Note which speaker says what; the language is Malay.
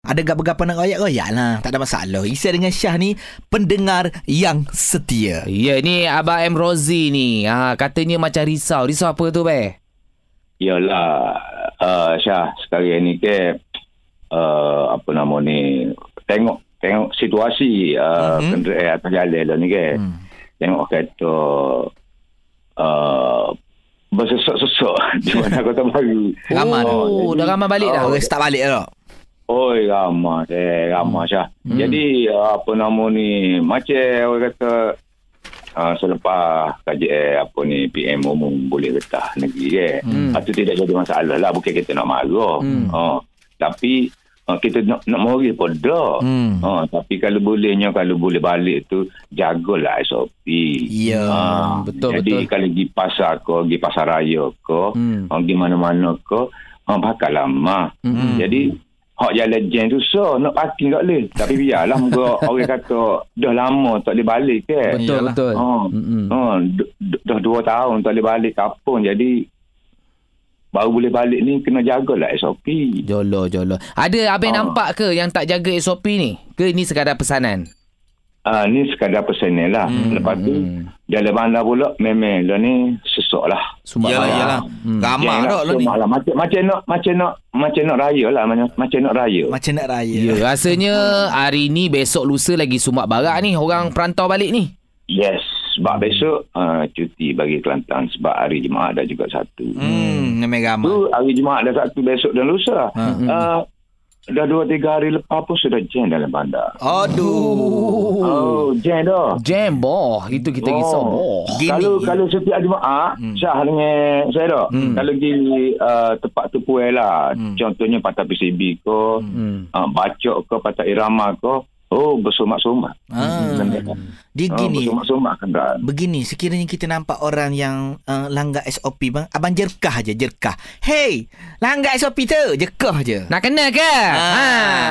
Speaker 1: ada gabah-gabah pandang royak royak lah. Tak ada masalah. Isa dengan Syah ni pendengar yang setia.
Speaker 2: Ya, ni Abang M. Rozi ni. Ha, katanya macam risau. Risau apa tu, Beh?
Speaker 3: Yalah, uh, Syah, sekarang ni ke, uh, apa nama ni, tengok tengok situasi uh,
Speaker 1: Mhm.
Speaker 3: mm-hmm. kenderaan atas jalan lah ni ke.
Speaker 1: Hmm.
Speaker 3: Tengok kereta uh, bersesok-sesok di mana kota baru.
Speaker 1: Ramai.
Speaker 2: Oh, dah ramai balik
Speaker 1: Oh,
Speaker 2: dah.
Speaker 1: orang start balik dah.
Speaker 3: Oi ramah eh ramah Syah.
Speaker 2: Hmm.
Speaker 3: Hmm. Jadi uh, apa nama ni macam orang kata uh, selepas KJL apa ni PM umum boleh getah negeri eh.
Speaker 2: Hmm.
Speaker 3: Hmm. Itu tidak jadi masalah lah bukan kita nak marah.
Speaker 2: Hmm.
Speaker 3: Hmm. Uh, tapi uh, kita nak nak mori pun dah.
Speaker 1: Hmm.
Speaker 3: Hmm. Uh, tapi kalau bolehnya kalau boleh balik tu jagalah SOP.
Speaker 1: Ya.
Speaker 3: Ah,
Speaker 2: betul,
Speaker 3: Jadi
Speaker 2: betul.
Speaker 3: kalau pergi pasar ke, pergi pasar raya ke,
Speaker 2: Hmm.
Speaker 3: hmm. pergi mana-mana ke, ha, bakal lama.
Speaker 2: Hmm.
Speaker 3: Hmm. Jadi, hak jalan jam tu so, nak parking tak boleh. Tapi biarlah, muka orang kata, dah lama tak boleh balik ke.
Speaker 2: Betul,
Speaker 1: Iyalah.
Speaker 2: betul. Hmm,
Speaker 3: Ha,
Speaker 2: Mm-mm.
Speaker 3: ha, d- d- dah dua tahun tak boleh balik kampung. Jadi, baru boleh balik ni, kena lah jagalah SOP.
Speaker 2: Jolo, jolo. Ada Abang
Speaker 3: Ah.
Speaker 2: nampak ke yang tak jaga SOP ni? Ke ni sekadar pesanan?
Speaker 3: Ha, ni sekadar pesanan lah.
Speaker 1: Hmm.
Speaker 3: Hmm. Lepas tu,
Speaker 2: Hmm.
Speaker 3: jalan bandar pula, memang lah ni, sesok lah.
Speaker 2: Sumbat
Speaker 1: Yalah,
Speaker 2: bayar.
Speaker 1: yalah.
Speaker 2: Hmm.
Speaker 1: Ramah
Speaker 3: Jangan
Speaker 1: dah
Speaker 3: nak
Speaker 1: lo ni.
Speaker 3: semak Lah. Macam, macam nak macam nak macam nak raya lah macam, macam nak raya.
Speaker 1: Macam nak raya.
Speaker 2: Ya, rasanya hari ni besok lusa lagi sumat barak ni orang perantau balik ni.
Speaker 3: Yes, sebab besok uh, cuti bagi Kelantan sebab hari Jumaat ada juga satu.
Speaker 1: Hmm, memang
Speaker 3: Tu
Speaker 1: ramah.
Speaker 3: hari Jumaat ada satu besok dan lusa.
Speaker 1: Ha.
Speaker 3: Uh, dah dua tiga hari lepas pun sudah jam dalam bandar.
Speaker 1: Aduh.
Speaker 3: Oh, jam dah.
Speaker 2: Jam boh, itu kita risau boh.
Speaker 1: Gini.
Speaker 3: Kalau kalau setiap Jumaat,
Speaker 1: Hmm.
Speaker 3: hmm. Syah dengan saya dah.
Speaker 1: Hmm.
Speaker 3: Kalau pergi uh, tempat tu puai lah.
Speaker 1: Hmm.
Speaker 3: Contohnya Pantai PCB ke,
Speaker 2: Hmm.
Speaker 3: uh, Bacok ke, Pantai Irama ke. Oh, bersumat-sumat.
Speaker 1: Ah, dia
Speaker 3: Oh,
Speaker 1: gini.
Speaker 3: bersumak-sumak kenderaan.
Speaker 1: Begini, sekiranya kita nampak orang yang uh, langgar SOP bang, abang jerkah je, jerkah. Hey, langgar SOP tu, jerkah je.
Speaker 2: Nak kena ke?
Speaker 1: Ah.
Speaker 2: Ha.